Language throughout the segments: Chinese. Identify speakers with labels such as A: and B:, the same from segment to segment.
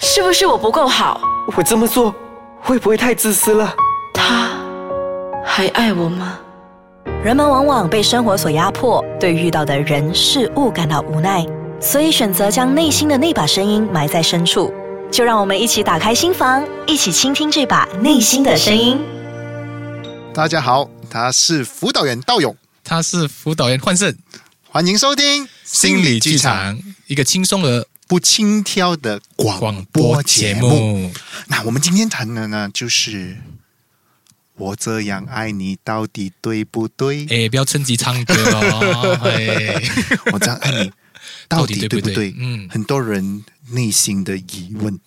A: 是不是我不够好？
B: 我这么做会不会太自私了？
A: 他还爱我吗？
C: 人们往往被生活所压迫，对遇到的人事物感到无奈，所以选择将内心的那把声音埋在深处。就让我们一起打开心房，一起倾听这把内心的声音。
D: 大家好，他是辅导员道勇，
E: 他是辅导员幻胜，
D: 欢迎收听
E: 心理剧场，一个轻松而
D: 不轻佻的广
E: 广
D: 播
E: 播
D: 节
E: 节
D: 目。
E: 目。
D: 那我们今天谈的呢，就是我这样爱你到底对不对？
E: 哎，不要趁机唱歌 哦！哎，
D: 我这样爱你到
E: 到底
D: 底
E: 对
D: 对
E: 不
D: 不
E: 对
D: 对？
E: 嗯
D: 很多人内心的疑问，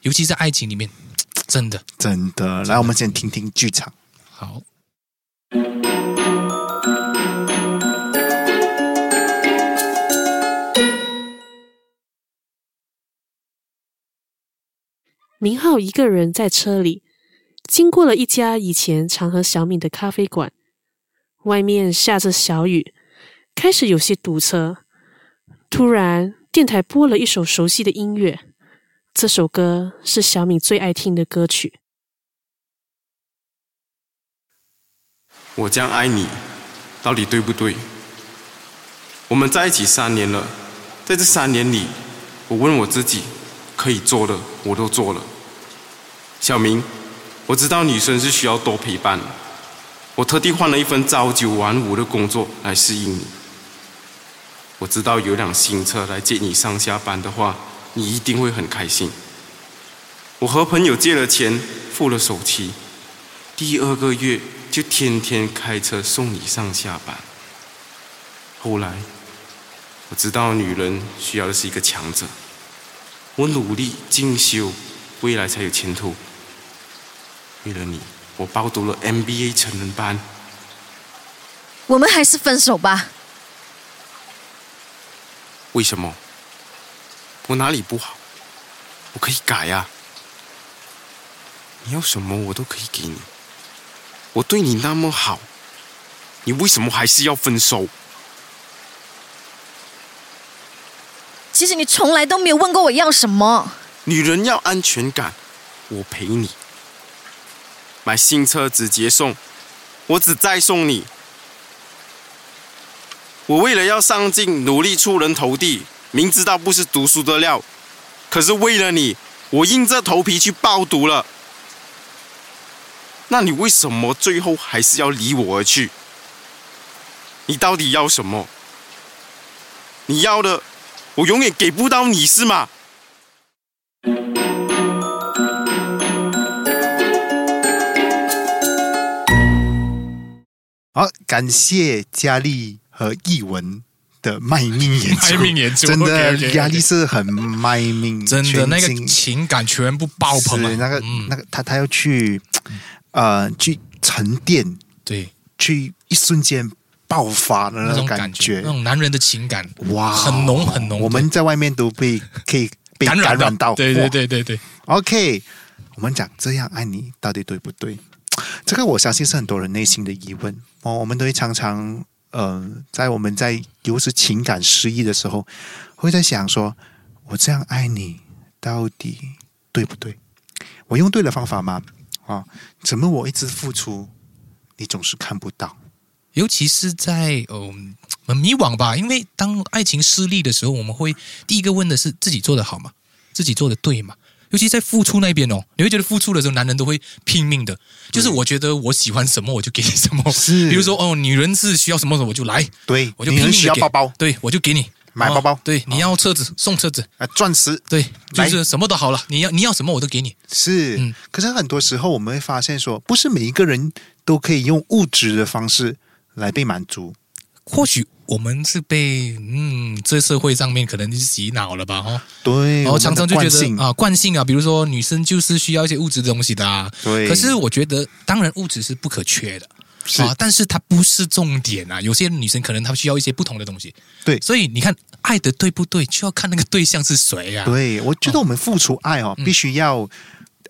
E: 尤其是爱情里面，真的
D: 真的。来，我们先听听剧场。
E: 好。
F: 明浩一个人在车里，经过了一家以前常和小敏的咖啡馆，外面下着小雨，开始有些堵车。突然，电台播了一首熟悉的音乐，这首歌是小敏最爱听的歌曲。
G: 我这样爱你，到底对不对？我们在一起三年了，在这三年里，我问我自己，可以做的我都做了。小明，我知道女生是需要多陪伴，我特地换了一份朝九晚五的工作来适应你。我知道有辆新车来接你上下班的话，你一定会很开心。我和朋友借了钱，付了首期。第二个月就天天开车送你上下班。后来我知道女人需要的是一个强者，我努力进修，未来才有前途。为了你，我报读了 MBA 成人班。
H: 我们还是分手吧。
G: 为什么？我哪里不好？我可以改呀、你要什么我都可以给你。我对你那么好，你为什么还是要分手？
H: 其实你从来都没有问过我要什么。
G: 女人要安全感，我陪你。买新车只接送，我只再送你。我为了要上进，努力出人头地，明知道不是读书的料，可是为了你，我硬着头皮去报读了。那你为什么最后还是要离我而去？你到底要什么？你要的，我永远给不到你是吗？
D: 好，感谢佳丽和译文的卖命演出，
E: 卖命演出
D: 真的
E: OK，OK，OK
D: 压力是很卖命，
E: 真的
D: 全
E: 那
D: 心
E: 个情感全部爆棚啊！
D: 是那个、
E: 嗯，
D: 那个他他要去呃去沉淀，
E: 对
D: 去一瞬间爆发的
E: 那
D: 种
E: 种
D: 感
E: 感觉，那种男人的情感，
D: 哇，哦
E: 很浓很浓。
D: 我们在外面都被可以被
E: 对感
D: 感染到，
E: 对
D: 哇
E: 对对对对，
D: OK，我们讲这样爱你到底对不对？这个我相信是很多人内心的疑问哦。我们都会常常，呃，在我们在尤其是情感失意的时候，会在想说：我这样爱你到底对不对？我用对了方法吗？啊、怎么我一直付出，你总是看不到？
E: 尤其是在呃很迷惘吧，因为当爱情失利的时候，我们会第一个问的是自己做的好吗？自己做的对吗？尤其在付出那边哦，你会觉得付出的时候，男人都会拼命的，就是我觉得我喜欢什么，我就给你什么。
D: 是
E: 比如说哦，女人是需要什么，我就来，
D: 对，
E: 我就
D: 女
E: 拼
D: 人
E: 命
D: 需
E: 的
D: 要
E: 给
D: 包包，
E: 对我就给你
D: 买包包
E: 哦对，你要车子送车子，
D: 啊，钻石
E: 对，就
D: 来
E: 是什么都好了，你要你要什么我都给你。
D: 是，
E: 嗯
D: 可是很多时候我们会发现说，不是每一个人都可以用物质的方式来被满足。
E: 哦或许我们是被嗯，这社会上面可能是洗脑了吧，哈、哦。
D: 对，
E: 然
D: 我们的
E: 后常常就觉
D: 惯性
E: 得啊，惯性啊，比如说女生就是需要一些物质的东西的啊。
D: 对
E: 可是我觉得，当然物质是不可缺的。
D: 是
E: 啊，但是它不是重点啊。有些女生可能她需要一些不同的东西。
D: 对
E: 所以你看，爱的对不对，就要看那个对象是谁啊。，
D: 对我觉得我们付出爱哦，必须要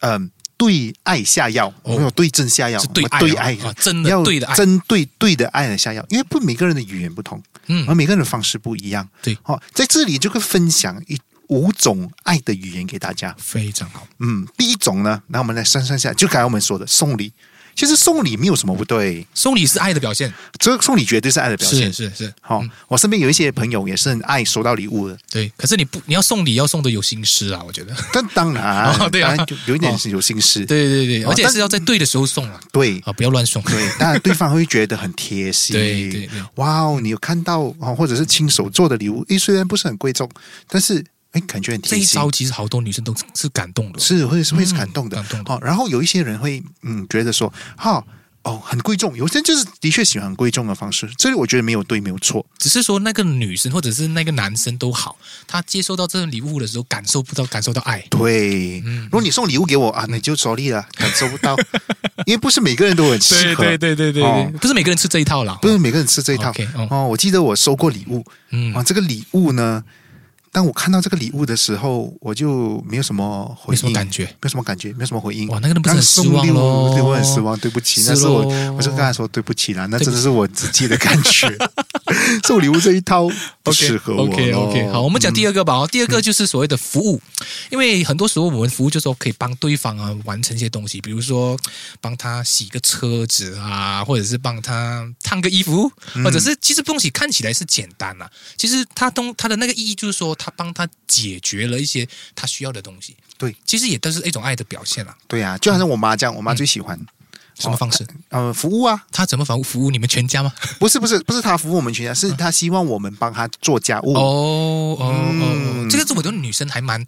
D: 嗯、对爱下药，我们有对症下药，
E: 哦是对
D: 我们
E: 爱哦
D: 对爱
E: 啊真的
D: 要
E: 对的爱
D: 针对对的爱来下药，因为不每个人的语言不同，
E: 嗯
D: 而每个人的方式不一样。
E: 对
D: 哦，在这里就会分享一五种爱的语言给大家。
E: 非常好。
D: 嗯，第一种呢，那我们来算算下，就刚才我们说的送礼。其实送礼没有什么不对，
E: 送礼是爱的表现，
D: 这个送礼绝对是爱的表
E: 是嗯
D: 现。
E: 是是，
D: 好、我身边有一些朋友也是很爱收到礼物的，
E: 对。可是你不，你要送礼要送的有心思啊，我觉得。
D: 但当然，
E: 哦对啊
D: 当然有有一点是有心思，
E: 对对对，
D: 哦
E: 而且
D: 但
E: 是要在对的时候送啊，
D: 对
E: 啊，不要乱送。
D: 对，当然对方会觉得很贴心。
E: 对对对
D: 哇哦，你有看到哦，或者是亲手做的礼物，诶，虽然不是很贵重，但是诶，感觉很
E: 这
D: 贴
E: 一
D: 心
E: 招。其实好多女生都是是感动的，
D: 是会是会是感动的，
E: 嗯感动的
D: 哦。然后有一些人会嗯觉得说，哈、哦很贵重，有些人就是的确喜欢很贵重的方式，这里我觉得没有对没有错，
E: 只是说那个女生或者是那个男生都好，他接收到这份礼物的时候感受不到感受到爱。
D: 对，
E: 嗯
D: 如果你送礼物给我啊，你就 sorry 了，感受不 到，因为不是每个人都很适合，
E: 对对对
D: 哦
E: 不是每个人吃这一套啦。
D: 不是每个人吃这一套。
E: OK，哦
D: 哦，我记得我收过礼物，
E: 嗯
D: 啊，，这个礼物呢，当我看到这个礼物的时候，我就没有什么回
E: 没什么
D: 应，
E: 感觉。
D: 没有什么感觉，没有什么回应。
E: 哇那个人不是很失望
D: 刚送礼物
E: 咯
D: 对我很失望，对不起，
E: 是
D: 那是我
E: 咯，
D: 我就跟他说对不起啦，那
E: 对不
D: 真
E: 起
D: 的是我自己的感觉， 送礼物这一套不适合我咯。嗯
E: OK OK，好，我们讲第
D: 二，
E: 二个吧。哦第二个就是所谓的服务，因为很多时候我们服务就是说可以帮对方啊完成一些东西，比如说帮他洗个车子啊，或者是帮他烫个衣服，或者是其实东西看起来是简单啊，其实他东他的那个意义就是说他帮他解决了一些他需要的东西。
D: 对，
E: 其实也都是一种爱的表现啊。
D: 对啊，就好像我妈这样，我妈最喜欢。
E: 什么方式？
D: 呃，服务啊，
E: 他怎么服务服务你们全家吗？
D: 不是不是不是她服务我们全家，是她希望我们帮她做家务。
E: 嗯哦哦哦，
D: 嗯
E: 这个是我觉得女生还蛮，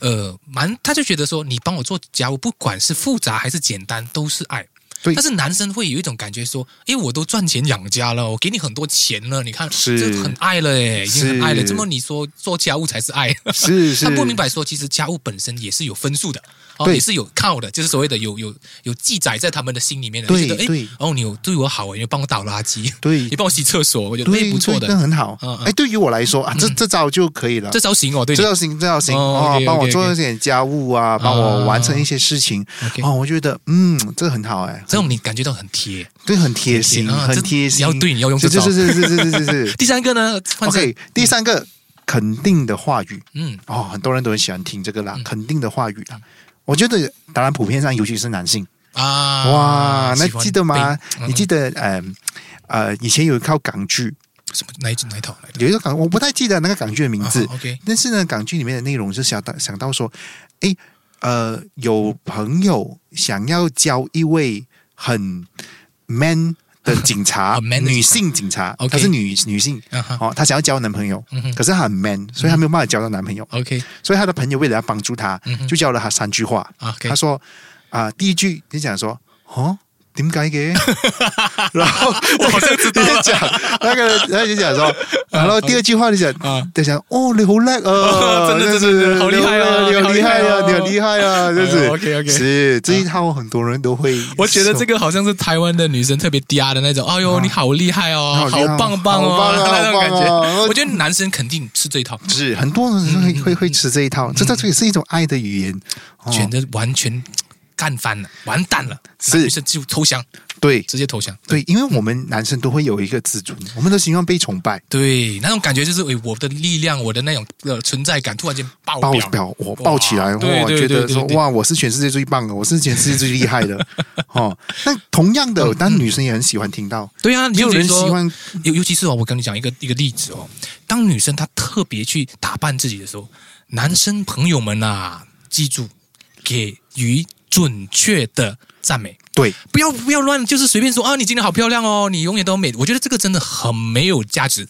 E: 呃，蛮，她就觉得说你帮我做家务，不管是复杂还是简单，都是爱。
D: 对
E: 但是男生会有一种感觉说，诶，我都赚钱养家了，我给你很多钱了，你看，
D: 是
E: 这很爱了，诶，已经很
D: 是
E: 爱了。这么你说做家务才是爱？
D: 是是
E: 他不明白说，其实家务本身也是有分数的，哦，
D: 对
E: 也是有靠的，就是所谓的有有有记载在他们的心里面的，
D: 对
E: 就觉得诶
D: 对，
E: 哦，你有对我好，诶你帮我倒垃圾，
D: 对
E: 你帮我洗厕所，我觉得
D: 对，
E: 诶不错的
D: 对，那很好
E: 嗯嗯。
D: 哎，对于我来说啊，这这招就可以了
E: 这。招行哦，对你，
D: 这道行，这道行
E: 哦
D: 哦
E: OK，OK，OK，
D: 帮我做一点家务啊，帮我完成一些事情
E: OK
D: 哦，我觉得嗯，这很好哎，
E: 这种你感觉到很贴。
D: 对，很贴心，
E: 啊
D: 很
E: 这
D: 贴心。
E: 你要对你要用这
D: 是
E: 招。
D: 是是是是是是是
E: 第三个呢， 换成
D: OK，第三个肯定的话语
E: 嗯，
D: 哦，很多人都很喜欢听这个啦，肯定的话语啦。我觉得当然普遍上，尤其是男性，
E: 啊，
D: 哇，那
E: 喜欢
D: 记得吗
E: 被？
D: 你记
E: 嗯
D: 得呃呃，以前有一套港剧，
E: 嗯什么哪一哪一套来的？
D: 有一个港，我不太记得那个港剧的名字
E: 啊。，OK
D: 但是呢，港剧里面的内容是想到想到说，诶，呃，有朋友想要交一位很 man 的警察，
E: 很 man 的警察
D: 女性警察，
E: OK
D: 她是女女性，
E: 啊哈
D: 哦，她想要交男朋友，
E: 嗯哼
D: 可是她很 man，所以她没有办法交到男朋友，
E: ，OK
D: 所以她的朋友为了要帮助她，
E: 嗯哼
D: 就教了她三句话。
E: 啊，OK，
D: 她说啊、第一句你讲说，哦。点解 嘅？然后我好像知道讲那个，然后就讲 说，然后第二句话你讲
E: 啊，
D: 就讲哦，你好叻啊，
E: 真的
D: 就是
E: 真的好厉害啊
D: 你好厉害啊，
E: 你
D: 你好
E: 好厉
D: 厉害 啊，就
E: 哎
D: 是
E: 呦，OK，OK
D: 是这一套很多人都会，
E: 我觉得这个好像是台湾的女生特别嗲的那种，哎呦，你好厉害哦，
D: 啊好厉害哦
E: 棒棒
D: 好
E: 哦
D: 棒，啊
E: 那种
D: 好
E: 感
D: 棒啊
E: 觉。
D: 我
E: 我觉得男生肯定吃这一套，
D: 是很多人
E: 嗯
D: 会会会吃这一套，这这这也是一种爱的语言，哦
E: 全的完全干翻了，完蛋了，
D: 是
E: 女生就投降，
D: 对
E: 直接投降。
D: 对，因为我们男生都会有一个自尊，我们都希望被崇拜。
E: 对，那种感觉就是，哎，我的力量，我的那种呃存在感，突然间爆
D: 爆
E: 表，
D: 表，我爆起来，
E: 对
D: 哇，
E: 对
D: 觉
E: 对
D: 得
E: 对
D: 说
E: 对
D: 哇，我是全世界最棒的，我是全世界最厉害的， 哦。那同样 的，但女生也很喜欢听到，
E: 对啊，
D: 没有人
E: 就觉得说
D: 喜欢
E: 尤尤其是哦，我跟你讲一个一个例子哦，当女生她特别去打扮自己的时候，男生朋友们啊，记住给予准确的赞美，
D: 对，
E: 不要不要乱，就是随便说啊，你今天好漂亮哦，你永远都美。我觉得这个真的很没有价值。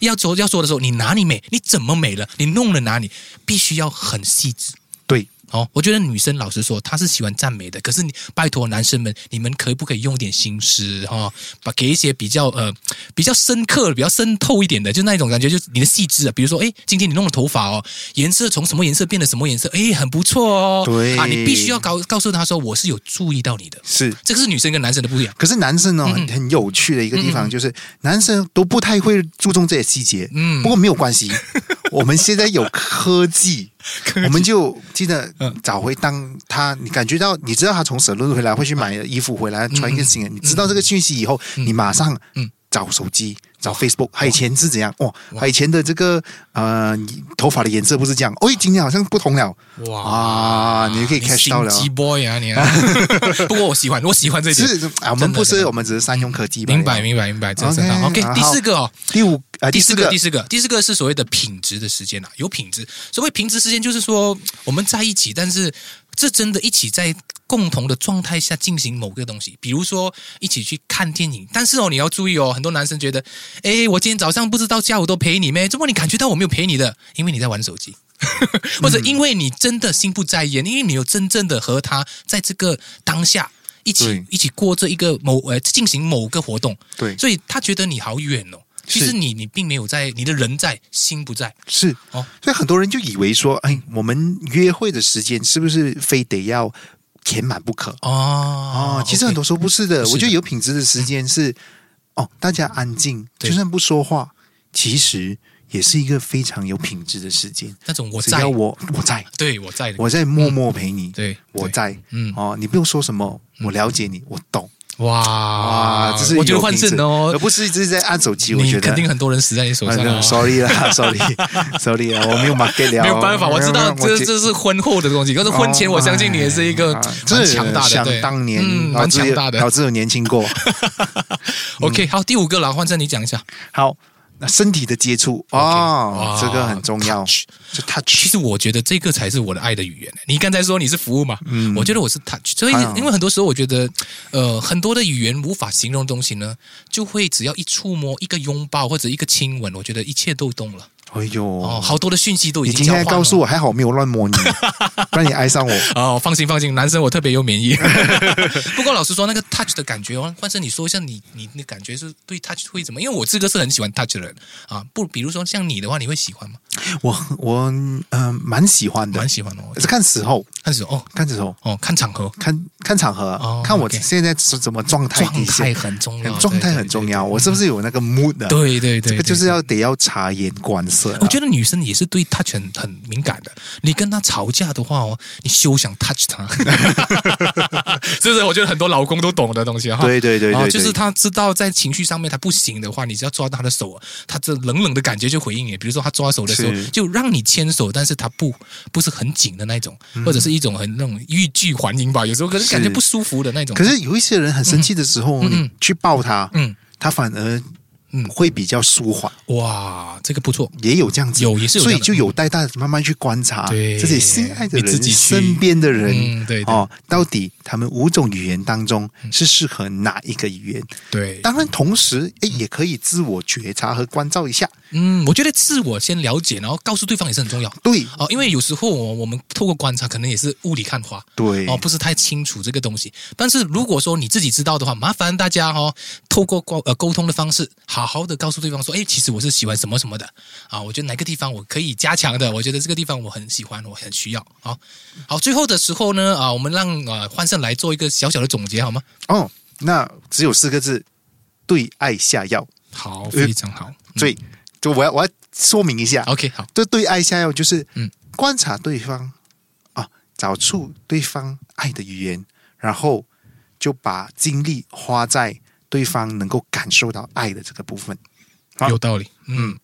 E: 要说要说的时候，你哪里美？你怎么美了？你弄了哪里？必须要很细致。
D: 对，
E: 哦，我觉得女生老实说，她是喜欢赞美的。可是你拜托男生们，你们可不可以用点心思哈、哦，把给一些比较呃比较深刻、比较深透一点的，就那一种感觉，就是你的细致啊。比如说，哎，今天你弄了头发哦，颜色从什么颜色变得什么颜色，哎，很不错哦。
D: 对
E: 啊，你必须要告告诉他说，我是有注意到你的。
D: 是。
E: 这个是女生跟男生的不一样。
D: 可是男生呢，
E: 嗯
D: 很很有趣的一个地方就是，男生都不太会注重这些细节。
E: 嗯
D: 不过没有关 系，我们现在有科技，我们就记得
E: 嗯
D: 找回当他，你感觉到，你知道他从省论回来会去买衣服回来穿一个新的，你知道这个讯息以后，你马上
E: 嗯
D: 找手机。找 Facebook，他以前是怎样？哦，他以前的这个呃头发的颜色不是这样，哦，今天好像不同了。哇，你就可
E: 啊
D: 以 catch 到了。
E: 鸡 boy 啊你啊！不过我喜欢，我喜欢这一点。
D: 是啊，我们不
E: 真
D: 是，
E: 的
D: 我们只是善用科技吧。
E: 明白，明白，明白，这是
D: OK，啊
E: OK。
D: 然后
E: 第四个哦，
D: 第五啊，
E: 第四
D: 个
E: 个，第四个，第四个是所谓的品质的时间啦、有品质。所谓品质时间，就是说我们在一起，但是这真的一起在共同的状态下进行某个东西，比如说一起去看电影。但是哦，你要注意哦，很多男生觉得，哎，我今天早上不知道，下午都陪你咩？怎么你感觉到我没有陪你的？因为你在玩手机。或者因为你真的心不在焉，因为你有真正的和他在这个当下一起
D: 对
E: 一起过这一个某呃进行某个活动，
D: 对
E: 所以他觉得你好远哦。其实
D: 是
E: 你你并没有在，你的人在，心不在。
D: 是
E: 哦
D: 所以很多人就以为说，哎，我们约会的时间是不是非得要填满不可？
E: 哦
D: 哦，其实很多时候不是的。
E: 是的
D: 我觉得有品质的时间是，哦，大家安静，
E: 对
D: 就算不说话，其实也是一个非常有品质的时间。
E: 那种我
D: 只
E: 在
D: 要，我我在，
E: 对我在的，
D: 我在默默陪你，
E: 对
D: 我
E: 对
D: 在，
E: 嗯
D: 哦，你不用说什么，我了解你，我懂。
E: 哇
D: 啊，这是
E: 我觉得
D: 有
E: 换
D: 品质
E: 证哦
D: 而，不是一直在按手机。我
E: 你
D: 觉得
E: 肯定很多人死在你手上
D: 啊
E: 哦。
D: sorry 啦 ，sorry，sorry 啦，我没有 market 了，
E: 没有办法，我知道
D: 我
E: 这这是婚后的东西，可是婚前我相信你也是一个
D: 啊
E: 蛮
D: 这
E: 强大的，对，
D: 想当年，
E: 嗯，
D: 老
E: 蛮
D: 子
E: 强
D: 有
E: 大的
D: 老。子有年轻过。
E: OK，好，第五个了，换成你讲一下。
D: 好，那身体的接触哦
E: 哇，
D: 这个很重要，
E: touch
D: 就
E: 其
D: touch，
E: 实我觉得这个才是我的爱的语言。你刚才说你是服务嘛，
D: 嗯
E: 我觉得我是 touch，所以
D: 哎呀
E: 因为很多时候我觉得，呃，很多的语言无法形容的东西呢，就会只要一触摸、一个拥抱或者一个亲吻，我觉得一切都动了。
D: 哎呦，
E: 哦，好多的讯息都已
D: 你
E: 经
D: 今
E: 交换
D: 天
E: 了。
D: 告诉我，还好没有乱摸你，不然你爱上我。
E: 哦，放心放心，男生我特别有 免疫。不过老实说，那个 touch 的感觉哦，换成你说一下你你你感觉是对 touch 会怎么？因为我这个是很喜欢 touch 的人啊，不，比如说像你的话，你会喜欢吗？
D: 我我嗯、蛮喜欢的
E: 蛮，喜欢哦，
D: 是看时候，
E: 看时候哦
D: 看时候，
E: 哦，看场合，
D: 看看场合，
E: 哦
D: 看我
E: OK
D: 现在是怎么状态
E: 状
D: 底
E: 态
D: 线。
E: 很重要，
D: 状态很重要，我是不是有那个 mood 啊的？
E: 对对对对对，
D: 这个就是
E: 对。
D: 要得要察言观色啊。
E: 我觉得女生也是对 touch 很很敏感的。你跟她吵架的话哦，你休想 touch 她， 是不是？我觉得很多老公都懂的东西哈。
D: 对对对
E: 啊，
D: 对
E: 就是
D: 对
E: 他知道在情绪上面他不行的话，你只要抓到他的手，他这冷冷的感觉就回应你。比如说他抓手的时候，
D: 是
E: 就让你牵手，但是他不不是很紧的那种，或者是一种很那种欲拒还迎吧，有时候可是感
D: 嗯
E: 觉
D: 是
E: 不舒服的那种。
D: 可是有一些人很生气的时候，
E: 嗯嗯
D: 你去抱他，
E: 嗯
D: 他反而
E: 嗯
D: 会比较舒缓，
E: 哇，这个不错，
D: 也有这样子，
E: 嗯有也是有这
D: 所
E: 样
D: 以
E: 的
D: 就有待大家慢慢去观察
E: 对
D: 自己心爱的
E: 你自己
D: 人、
E: 去
D: 身边的人，
E: 嗯对对
D: 哦，到底他们五种语言当中是适合哪一个语言？
E: 对。
D: 当然，同时诶也可以自我觉察和关照一下，
E: 嗯，我觉得自我先了解，然后告诉对方也是很重要。
D: 对
E: 哦，因为有时候我我们透过观察，可能也是雾里看花，
D: 对
E: 哦，不是太清楚这个东西。但是如果说你自己知道的话，麻烦大家哦，透过沟呃沟通的方式，好好的告诉对方说，哎，其实我是喜欢什么什么的啊，我觉得哪个地方我可以加强的，我觉得这个地方我很喜欢，我很需要。好，好，最后的时候呢，啊，我们让啊欢胜来做一个小小的总结好吗？
D: 哦，那只有四个字：对爱下药。
E: 好，非常好。嗯
D: 所以，就我要我要说明一下
E: OK，好，
D: 这对爱下药就是，
E: 嗯
D: 嗯，观察对方啊，找出对方爱的语言，然后就把精力花在对方能够感受到爱的这个部分。好
E: 有道理，嗯。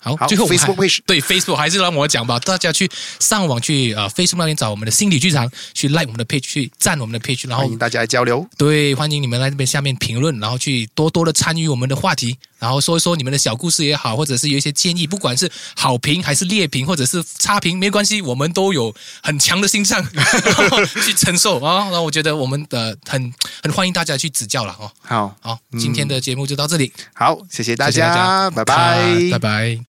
E: 好，
D: 好
E: 最后我们还
D: Facebook page
E: 对 Facebook 还是让我讲吧，大家去上网去呃 Facebook 那边找我们的心理剧场，去 like 我们的 page，去赞我们的 page，然
D: 欢
E: 后
D: 迎大家来交流。
E: 对欢迎你们来这边下面评论，然后去多多的参与我们的话题，然后说一说你们的小故事也好，或者是有一些建议，不管是好评还是劣评，或者是差评，没关系，我们都有很强的 心脏去承受啊。那我觉得我们的很很欢迎大家去指教了哦。
D: 好，
E: 好，今天的节目就到这里，
D: 嗯好，谢谢大
E: 谢谢大
D: 家，
E: 家，
D: 拜拜，
E: 拜拜。